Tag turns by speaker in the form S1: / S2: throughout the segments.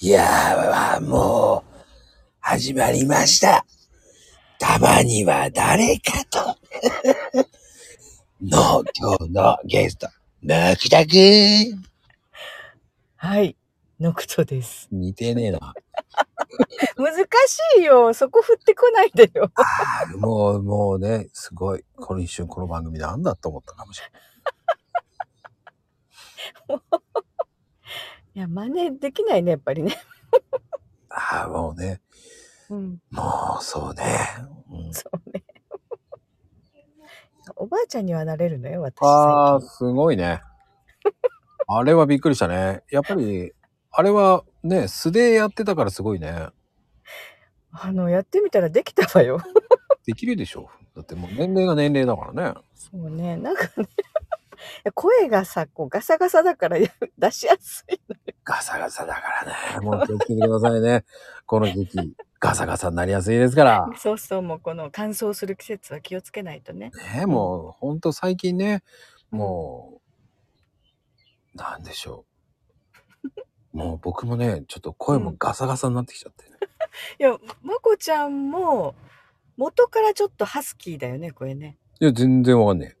S1: いやー、もう、始まりました。たまには誰かと。 の、今日のゲスト、マキタくん。
S2: はい。ノクトです。
S1: 似てねえな。
S2: 難しいよ。そこ振ってこないでよ。
S1: あもう、もうね、すごい。この一瞬、この番組なんだと思ったかもしれない。
S2: いや、真似できないね、やっぱりね。
S1: ああ、もうね、
S2: うん。
S1: もう、そうね。うん
S2: そうね。おばあちゃんにはなれるのよ、私。
S1: ああ、
S2: 最
S1: すごいね。あれはびっくりしたね。やっぱり、あれはね、素でやってたからすごいね。
S2: 近あの、やってみたらできたわよ。
S1: できるでしょ。だってもう年齢が年齢だからね。
S2: そうね。なんかね。 声がさ、こうガサガサだから や出しやすい。
S1: ガサガサだからね。もう気をつけてくださいね。この時期、ガサガサになりやすいですから。
S2: そうそう、もうこの乾燥する季節は気をつけないとね。
S1: ねもう、ほんと最近ね、もう、なんでしょう。もう僕もね、ちょっと声もガサガサになってきちゃってね。
S2: いや、まこちゃんも、元からちょっとハスキーだよね、これね。
S1: いや、全然わかんね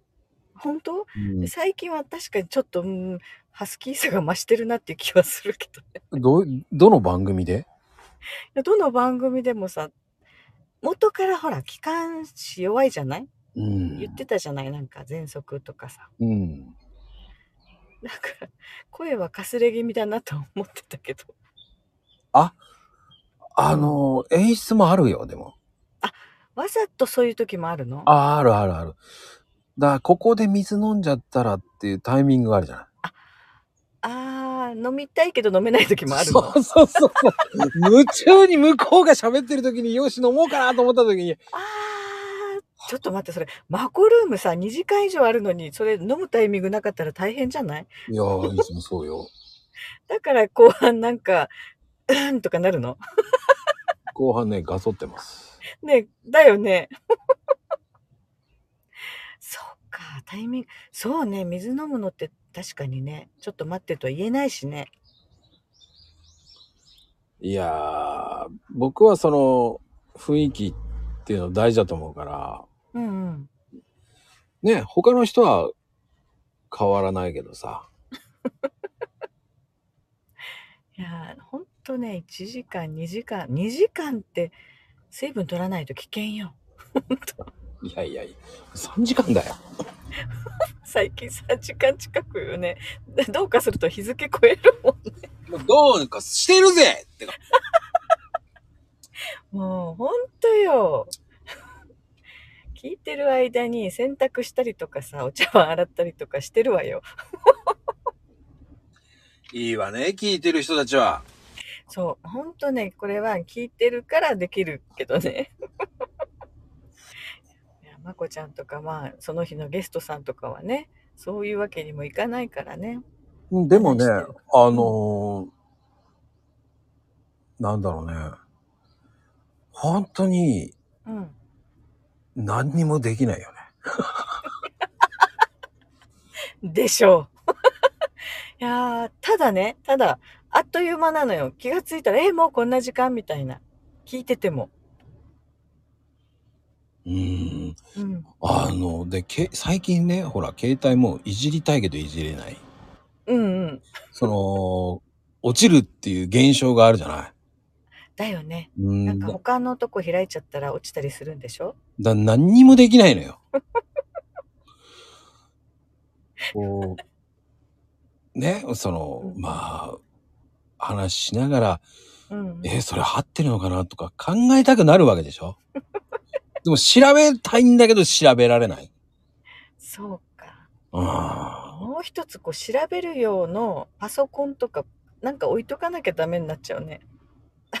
S2: 本当
S1: え。うん
S2: で最近は確かにちょっと、うん、ハスキーさが増してるなっていう気はするけどね。
S1: どうどの番組で
S2: いやどの番組でもさ、元からほら、気管支弱いじゃない
S1: うん
S2: 言ってたじゃないなんか、喘息とかさ。
S1: うん、
S2: だから、声はかすれ気味だなと思ってたけど。
S1: あの演出もあるよでも
S2: わざとそういう時もあるのあ
S1: ああるあるあるだからここで水飲んじゃったらっていうタイミングがあるじゃない
S2: あー、飲みたいけど飲めない時もあるの。
S1: そうそうそうそう夢中に向こうが喋ってる時によし飲もうかなと思った時に
S2: あー、ちょっと待って、それ、マコルームさ、2時間以上あるのに、それ飲むタイミングなかったら大変じゃない
S1: いやーいつもそうよ
S2: だから後半なんか、うーんとかなるの
S1: 後半ねガソってます
S2: ね、だよね。 そっか、タイミング。そうね、水飲むのって確かにね、ちょっと待ってとは言えないしね。
S1: いやー僕はその雰囲気っていうの大事だと思うから
S2: うんうん。
S1: ね他の人は変わらないけどさ
S2: いやー、ほんとね、1時間、2時間、2時間って水分取らないと危険よ。
S1: いやいやいや3時間だよ
S2: 最近3時間近くよね。でどうかすると日付超えるもん。
S1: もうどうかしてるぜってか
S2: もうほんとよ。 聞いてる間に洗濯したりとかさ、お茶碗洗ったりとかしてるわよ。
S1: いいわね、聞いてる人たちは。
S2: そう、ほんとね、これは聞いてるからできるけど ね。いやまこちゃんとか、まあ、その日のゲストさんとかはね、そういうわけにもいかないからね。
S1: でもね、
S2: 話
S1: あ
S2: してる
S1: のーなんだろうね。本当に
S2: うん。
S1: 何にもできないよね。
S2: でしょう。 いやー、ただね、ただ、あっという間なのよ。気がついたら、え、もうこんな時間みたいな。聞いてても。
S1: うーん。
S2: うん。
S1: あの、で、け最近ね、ほら、携帯もいじりたいけどいじれない。
S2: うんうん。
S1: その、落ちるっていう現象があるじゃない。
S2: だよね。
S1: うーん
S2: なんか他のとこ開いちゃったら落ちたりするんでしょ
S1: だ何にもできないのよ。 こうねその
S2: うん
S1: まあ話しながら
S2: うんうん。
S1: えーそれ合ってるのかなとか考えたくなるわけでしょ でも調べたいんだけど調べられない。
S2: そうか。
S1: あ
S2: もう一つこう調べる用のパソコンとかなんか置いとかなきゃダメになっちゃうね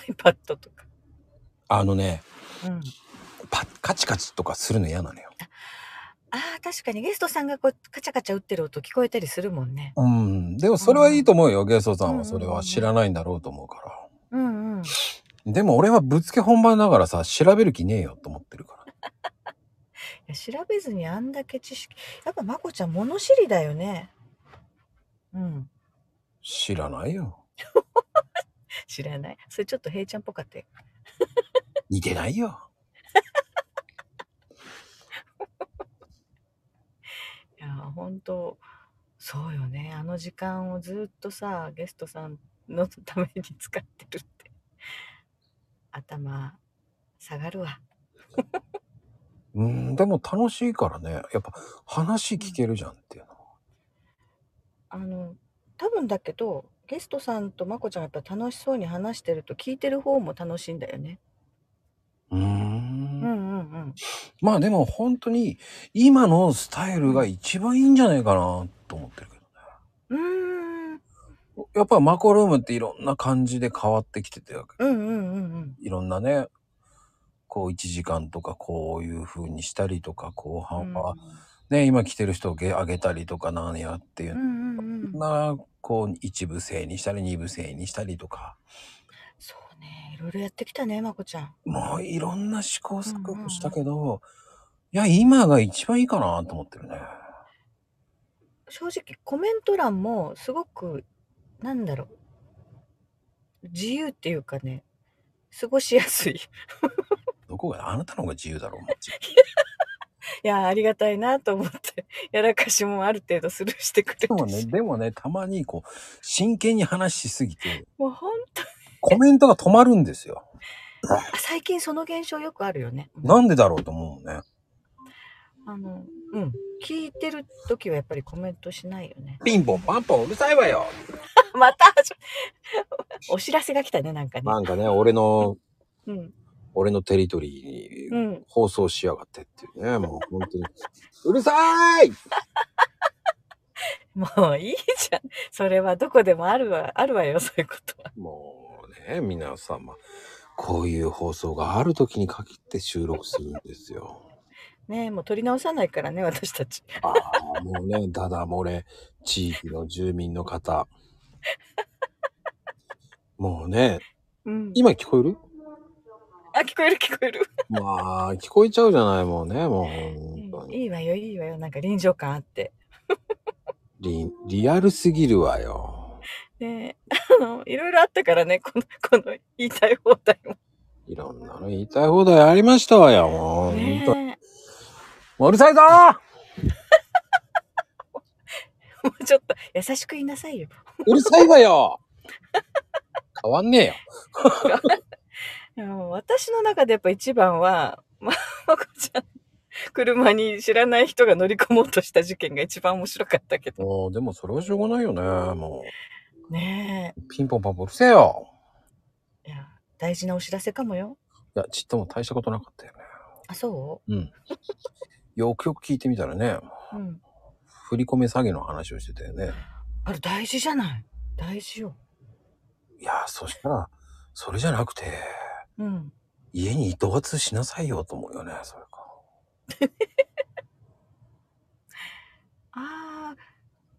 S2: iPad とか、
S1: あのね
S2: うん、
S1: パカチカチとかするの嫌なのよ。
S2: あー確かにゲストさんがこうカチャカチャ打ってる音聞こえたりするもんね
S1: うんでもそれはいいと思うよゲソさん
S2: うんうん
S1: は
S2: うん
S1: それは知らないんだろうと思うから。
S2: うんうん
S1: でも俺はぶっつけ本番だからさ調べる気ねえよと思ってるから。
S2: いや調べずにあんだけ知識やっぱまこちゃん物知りだよねうん
S1: 知らないよ。
S2: 知らない。それちょっと平ちゃんっぽかったよ。
S1: 似てないよ。
S2: いやー本当そうよねあの時間をずっとさゲストさんのために使ってるって頭下がるわ
S1: うん、でも楽しいからね。やっぱ話聞けるじゃんっていうの。
S2: あの多分だけどゲストさんとまこちゃんがやっぱ楽しそうに話してると聞いてる方も楽しいんだよね
S1: うー
S2: うん
S1: ん。
S2: うんうん
S1: まあでも本当に今のスタイルが一番いいんじゃないかなと思ってるけどね。
S2: うーん
S1: やっぱマコルームっていろんな感じで変わってきてて、
S2: うんうんうんうん
S1: いろんなね、こう1時間とかこういう風にしたりとか、後半はね、今来てる人をげ上げたりとかなんやっていうう、
S2: んうんうん
S1: な、こう一部制にしたり二部制にしたりとか、
S2: そうねいろいろやってきたねまこちゃん
S1: もういろんな試行錯誤したけど、いや、今が一番いいかなと思ってるね。
S2: 正直コメント欄もすごくなんだろう自由っていうかね過ごしやすいい
S1: どこが、あなたの方が自由だろう、マジ
S2: やありがたいなと思ってやらかしもある程度スルーしてく
S1: で
S2: れ
S1: も
S2: る
S1: ね、
S2: し
S1: でもね、たまにこう、真剣に話しすぎて、
S2: もうほんと
S1: コメントが止まるんですよ。
S2: あ最近その現象よくあるよね
S1: なんでだろうと思うのね。
S2: あのうん聞いてる時はやっぱりコメントしないよね
S1: ピンポンパンポンうるさいわよ
S2: また始ま お知らせが来たねなんかね
S1: なんかね、俺の、
S2: うん
S1: 俺のテリトリー
S2: う
S1: に
S2: ん
S1: 放送しやがってっていうね、もう本当に。うるさーい
S2: もういいじゃんそれはどこでもあるわあるわよそういうことは
S1: もうね、皆様、こういう放送がある時に限って収録するんですよ。
S2: ねえもう取り直さないからね私たち
S1: ああ、もうね、ダダ漏れ、地域の住民の方。もうね、
S2: うん
S1: 今聞こえる
S2: あ、聞こえる聞こえる。
S1: まあ、聞こえちゃうじゃない、もうね、もう本当に。
S2: いいわよ、いいわよ。なんか臨場感あって。
S1: リリアルすぎるわよ。
S2: ねえあの、いろいろあったからね、この、この言いたい放題も。
S1: いろんなの言いたい放題ありましたわよ、もう。本当に
S2: ねえ
S1: もううるさいぞー
S2: もうちょっと優しく言いなさいよ。
S1: うるさいわよ変わんねえよ。
S2: いやもう私の中でやっぱ一番は、ま、まこちゃん、車に知らない人が乗り込もうとした事件が一番面白かったけど。
S1: もう、でもそれはしょうがないよね、も
S2: ね
S1: う。ピンポンパンポンうるせえよ。
S2: え。いや、大事なお知らせかもよ。
S1: いや、ちっとも大したことなかったよね。
S2: あ、そ
S1: うん。よくよく聞いてみたらね、
S2: ううん。
S1: 振り込め詐欺の話をしてたよね。
S2: あれ大事じゃない大事よ。
S1: いや、そしたら、それじゃなくて、
S2: うん。
S1: 家に糸発しなさいよと思うよね、それか。
S2: ああ、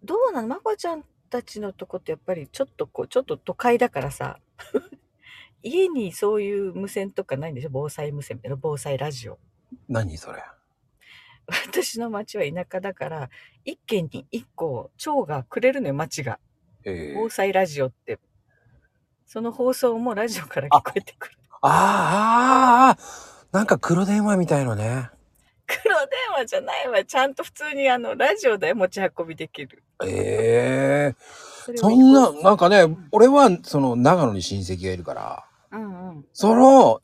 S2: どうなのまこちゃんたちのとこってやっぱりちょっとこう、ちょっと都会だからさ、 家にそういう無線とかないんでしょ防災無線みたいな、防災ラジオ。
S1: 何それ。
S2: 私の町は田舎だから、一軒に一個、町がくれるのよ、町が。
S1: えー
S2: 防災ラジオって。その放送もラジオから聞こえてくる。
S1: あーあーあーなんか黒電話みたいのね。
S2: 黒電話じゃないわ。ちゃんと普通にあの、ラジオで持ち運びできる。
S1: ええ
S2: そ
S1: そんな、
S2: うん
S1: なんかね、俺はその長野に親戚がいるから、
S2: うん。
S1: その、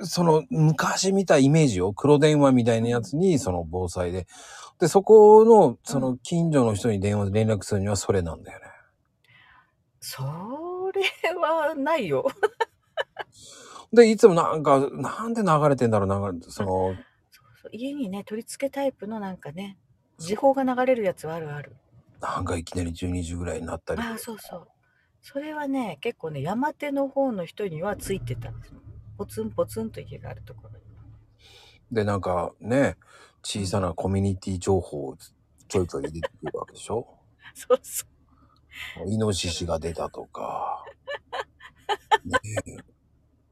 S1: その昔見たイメージを黒電話みたいなやつにその防災で。で、そこの、その近所の人に電話で連絡するにはそれなんだよね。
S2: それはないよ。
S1: で、いつもなんか、なんで流れてんだろう、流れて、その、
S2: そうそう家にね取り付けタイプのなんかね時報が流れるやつはあるある
S1: なんかいきなり12時ぐらいになったり。
S2: ああそうそうそれはね結構ね山手の方の人にはついてたんですよポツンポツンと家があるところに
S1: で、なんかね、小さなコミュニティ情報をちょいちょい入れてくるわけでしょ。
S2: そうそう
S1: イノシシが出たとか、ねえ、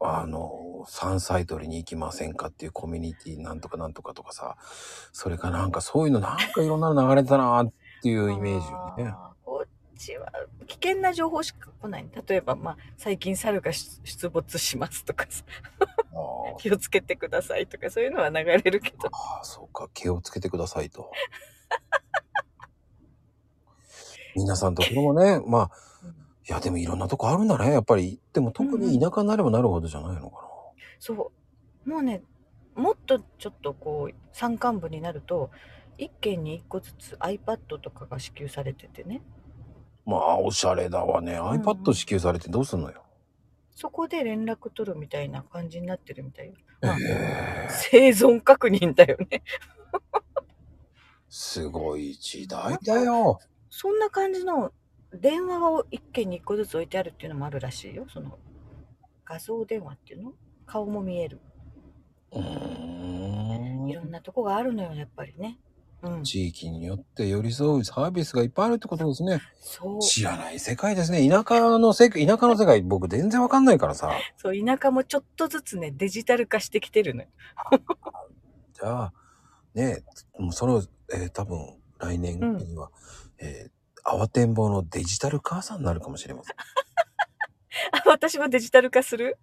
S1: あの、山菜採りに行きませんかっていうコミュニティなんとかなんとかとかさ、 それかなんかそういうのなんかいろんなの流れてたなっていうイメージよね。
S2: あーこちは危険な情報しか来ない。例えば、まあ、最近猿が出出没しますとかさ、
S1: あ
S2: 気をつけてくださいとか、そういうのは流れるけど。
S1: ああ、そうか。気をつけてください と。皆さんところもね、まあ、いや、でもいろんなとこあるんだね。やっぱり。でも特に田舎になればなるほどじゃないのかな。
S2: そう。もうね、もっとちょっとこう、山間部になると、一軒に一個ずつ iPad とかが支給されててね、
S1: まあ、おしゃれだわね。
S2: ん
S1: iPad 支給されてどうすんのよ。
S2: そこで連絡取るみたいな感じになってるみたいよ。
S1: へ
S2: まあ
S1: え
S2: 生存確認だよね。
S1: すごい時代だよ。
S2: そんな感じの電話を一軒に一個ずつ置いてあるっていうのもあるらしいよ。その画像電話っていうの顔も見える。
S1: うー
S2: いろ
S1: ん。
S2: んなとこがあるのよ、やっぱりね。うん。
S1: 地域によって寄り添うサービスがいっぱいあるってことですね。
S2: そう。
S1: 知らない世界ですね。田舎の世界、田舎の世界、僕全然わかんないからさ。
S2: そう、田舎もちょっとずつね、デジタル化してきてるのよ。
S1: じゃあ、ねえ、もうその、えー多分、来年には、えー慌てんぼうのデジタル母さんになるかもしれません。
S2: あ、私もデジタル化する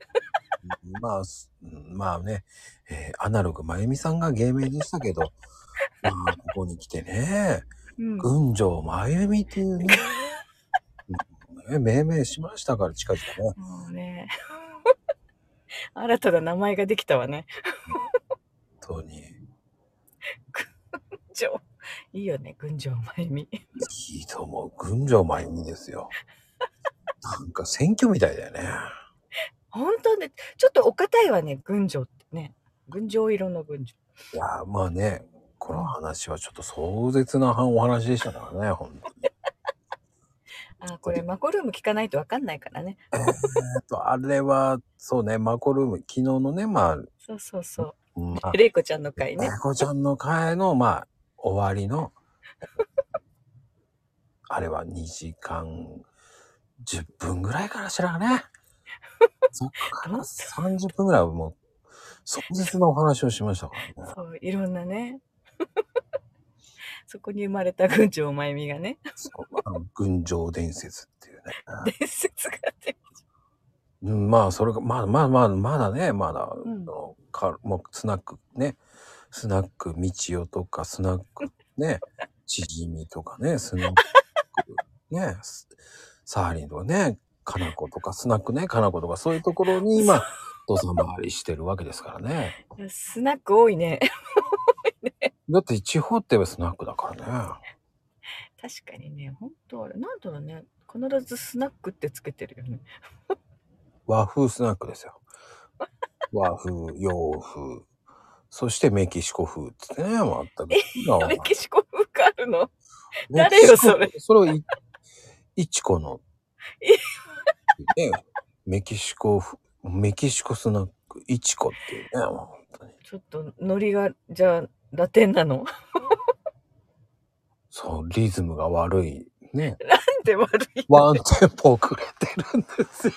S1: まあ、すうんまあね、えーアナログまゆみさんが芸名でしたけど、まあ、ここに来てね、
S2: うん。
S1: 群青まゆみっていうね、ね命名しましたから、近々ね。
S2: もうね。 新たな名前ができたわね。
S1: 本当に、
S2: 群青。いいよね、群青まゆみ。
S1: いいと思う。群青まゆみですよ。なんか選挙みたいだよね。
S2: 本当ね、ちょっとお堅いわね、群青ってね。群青色の群
S1: い
S2: 青。
S1: やー、まあね、この話はちょっと壮絶なお話でしたからね、本当に。
S2: あー、これマコルーム聞かないとわかんないからね。
S1: あと、あれは、そうね、マコルーム、昨日のね、まあ、
S2: そうそうそう。
S1: うんあ
S2: レイコちゃんの回ね。
S1: 猫ちゃんの会の、まあ、終わりの、 あれは2時間10分ぐらいからしら ね。そっから
S2: どう
S1: 30分ぐらいはもう、壮絶なお話をしましたからね。
S2: そう、いろんなね。 そこに生まれた群青まゆみがね、
S1: そうあの群青伝説っていうね。
S2: 伝説がね。
S1: うんまあ、それが、まあまあまあ、まだね、まだ、
S2: うん
S1: あのかもうスナックね、スナックみちおとか、スナックね、ちじみとかね、スナックね、スサーリンとかね、かなことか、スナックね、かなことか、そういうところに今、父さん回りしてるわけですからね。
S2: スナック多いね。
S1: だって地方ってスナックだからね。
S2: 確かにね、本当あれ、なんだろうね、必ずスナックってつけてるよね。
S1: 和風スナックですよ。和風、洋風、そしてメキシコ風ってね、まったく。
S2: メキシコ風があるの。誰よそれ
S1: メキシコ。それをい、いちこ の。ね、メキシコふ、メキシコスナック、いちこっていうね、もう本当に。
S2: ちょっとノリが、じゃあ、ラテン なの。
S1: そう、リズムが悪い。ね。
S2: なんで悪い
S1: ワンテンポ遅れてるんです よ。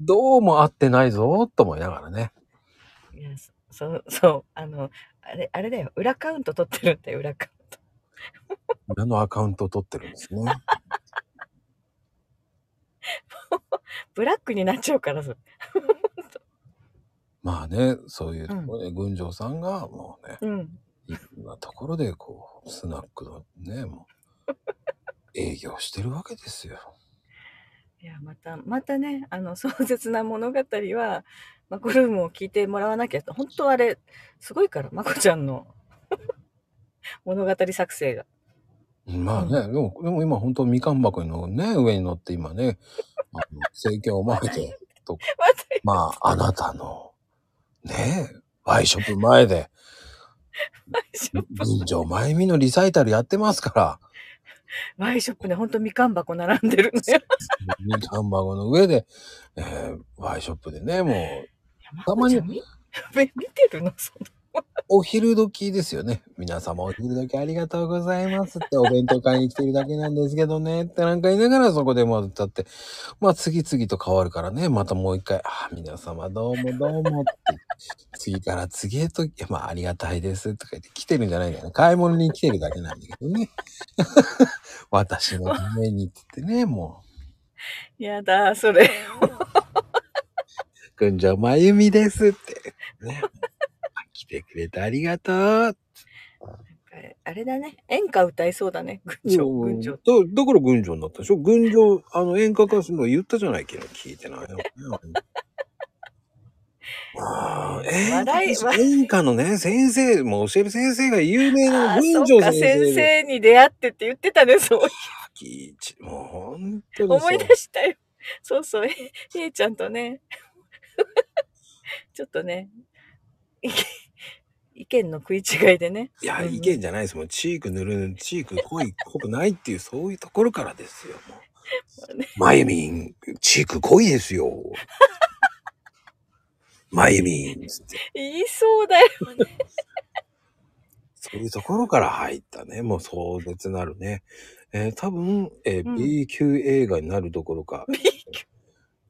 S1: どうも合ってないぞ、と思いながらね。
S2: いや、そそう、そう、あの、あれ、あれだよ、裏カウント取ってるんだよ、裏カウント。
S1: 裏のアカウントを取ってるんですね。
S2: ブラックになっちゃうから、それ
S1: まあね、そういうところで、群青さんが、もうね、
S2: うん。
S1: いろんなところで、こう、スナックのね、もう、営業してるわけですよ。
S2: いや、また、またね、あの、壮 絶な物語は、マコルームを聞いてもらわなきゃと、本当あれ、すごいから、マコちゃんの 物語作成が。
S1: まあね、でも、でも今本当みかん箱のね、上に乗って今ね、あの、政権を前で、
S2: また言う
S1: まあ、あなたの、ねえ、ワイショップ前で、
S2: ワイショップ
S1: 群青まゆみのリサイタルやってますか
S2: ワイショップね、ほんとみかん箱並んでるのよ。
S1: ら、みかん箱の上で、えーワイショップでね、もう、
S2: いや
S1: たまに
S2: マコちゃんみ見てるのその
S1: お昼時ですよね。皆様お昼時ありがとうございますってお弁当買いに来てるだけなんですけどねってなんか言いながらそこでまたって、まあ次々と変わるからね、またもう一回、あー皆様どうもどうもって、次から次へと、いやまあありがたいですとか言って来てるんじゃないんだよね。買い物に来てるだけなんだけどね。私のためにって言ってね、も
S2: やだ、それ。
S1: う、くんじょまゆみですって、ね。来てくれてありがとう。
S2: あれだね。演歌歌いそうだね。群青、群
S1: う
S2: 青。
S1: んだだから群青になったでしょ群青、あの、演歌歌手の言ったじゃないけど、聞いてないよ、ね。ああ、演歌
S2: 笑い
S1: 歌手演歌のね、先生、もう教える先生が有名
S2: あ
S1: な
S2: あ、
S1: 群
S2: そ
S1: 青
S2: っか、
S1: 先生
S2: 先
S1: で。
S2: 生に出会ってって言ってたね、そう。
S1: きちもう本当にそう
S2: 思い出したよ。そうそう、 えひえちゃんとね、 ちょっとね、意見意見の食い違いでね。
S1: いや、
S2: うん
S1: 意見じゃないですもん。チークぬるぬる、チーク濃い、濃くないっていう、そういうところからですよ、も
S2: そう
S1: う
S2: ね。
S1: まゆみん、チーク濃いですよ。まゆみん、つって。
S2: 言いそうだよ。
S1: そういうところから入ったね。もう壮絶なるね。えー多分、えー
S2: うん
S1: B 級映画になるどころか、
S2: B 級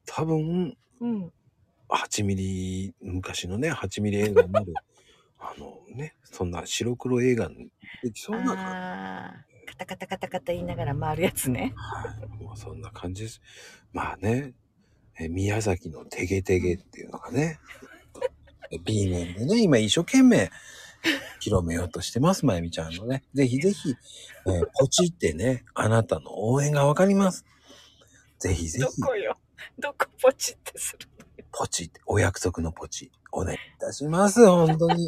S1: 多分、
S2: うん。
S1: 8ミリ、昔のね、8ミリ映画になる。あのね、そんな白黒映画にできそうな、
S2: ああ、カタカタカタカタ言いながら回るやつね。
S1: はい、もうそんな感じです。まあね、えー宮崎のテゲテゲっていうのがね、B 面でね、今一生懸命広めようとしてます、まゆみちゃんのね。ぜひぜひ、えーポチってね、あなたの応援がわかります。ぜひぜ
S2: ど
S1: ひ、
S2: こよ。どこポチってする。
S1: ポチって、お約束のポチ、お願いいたします、本当に。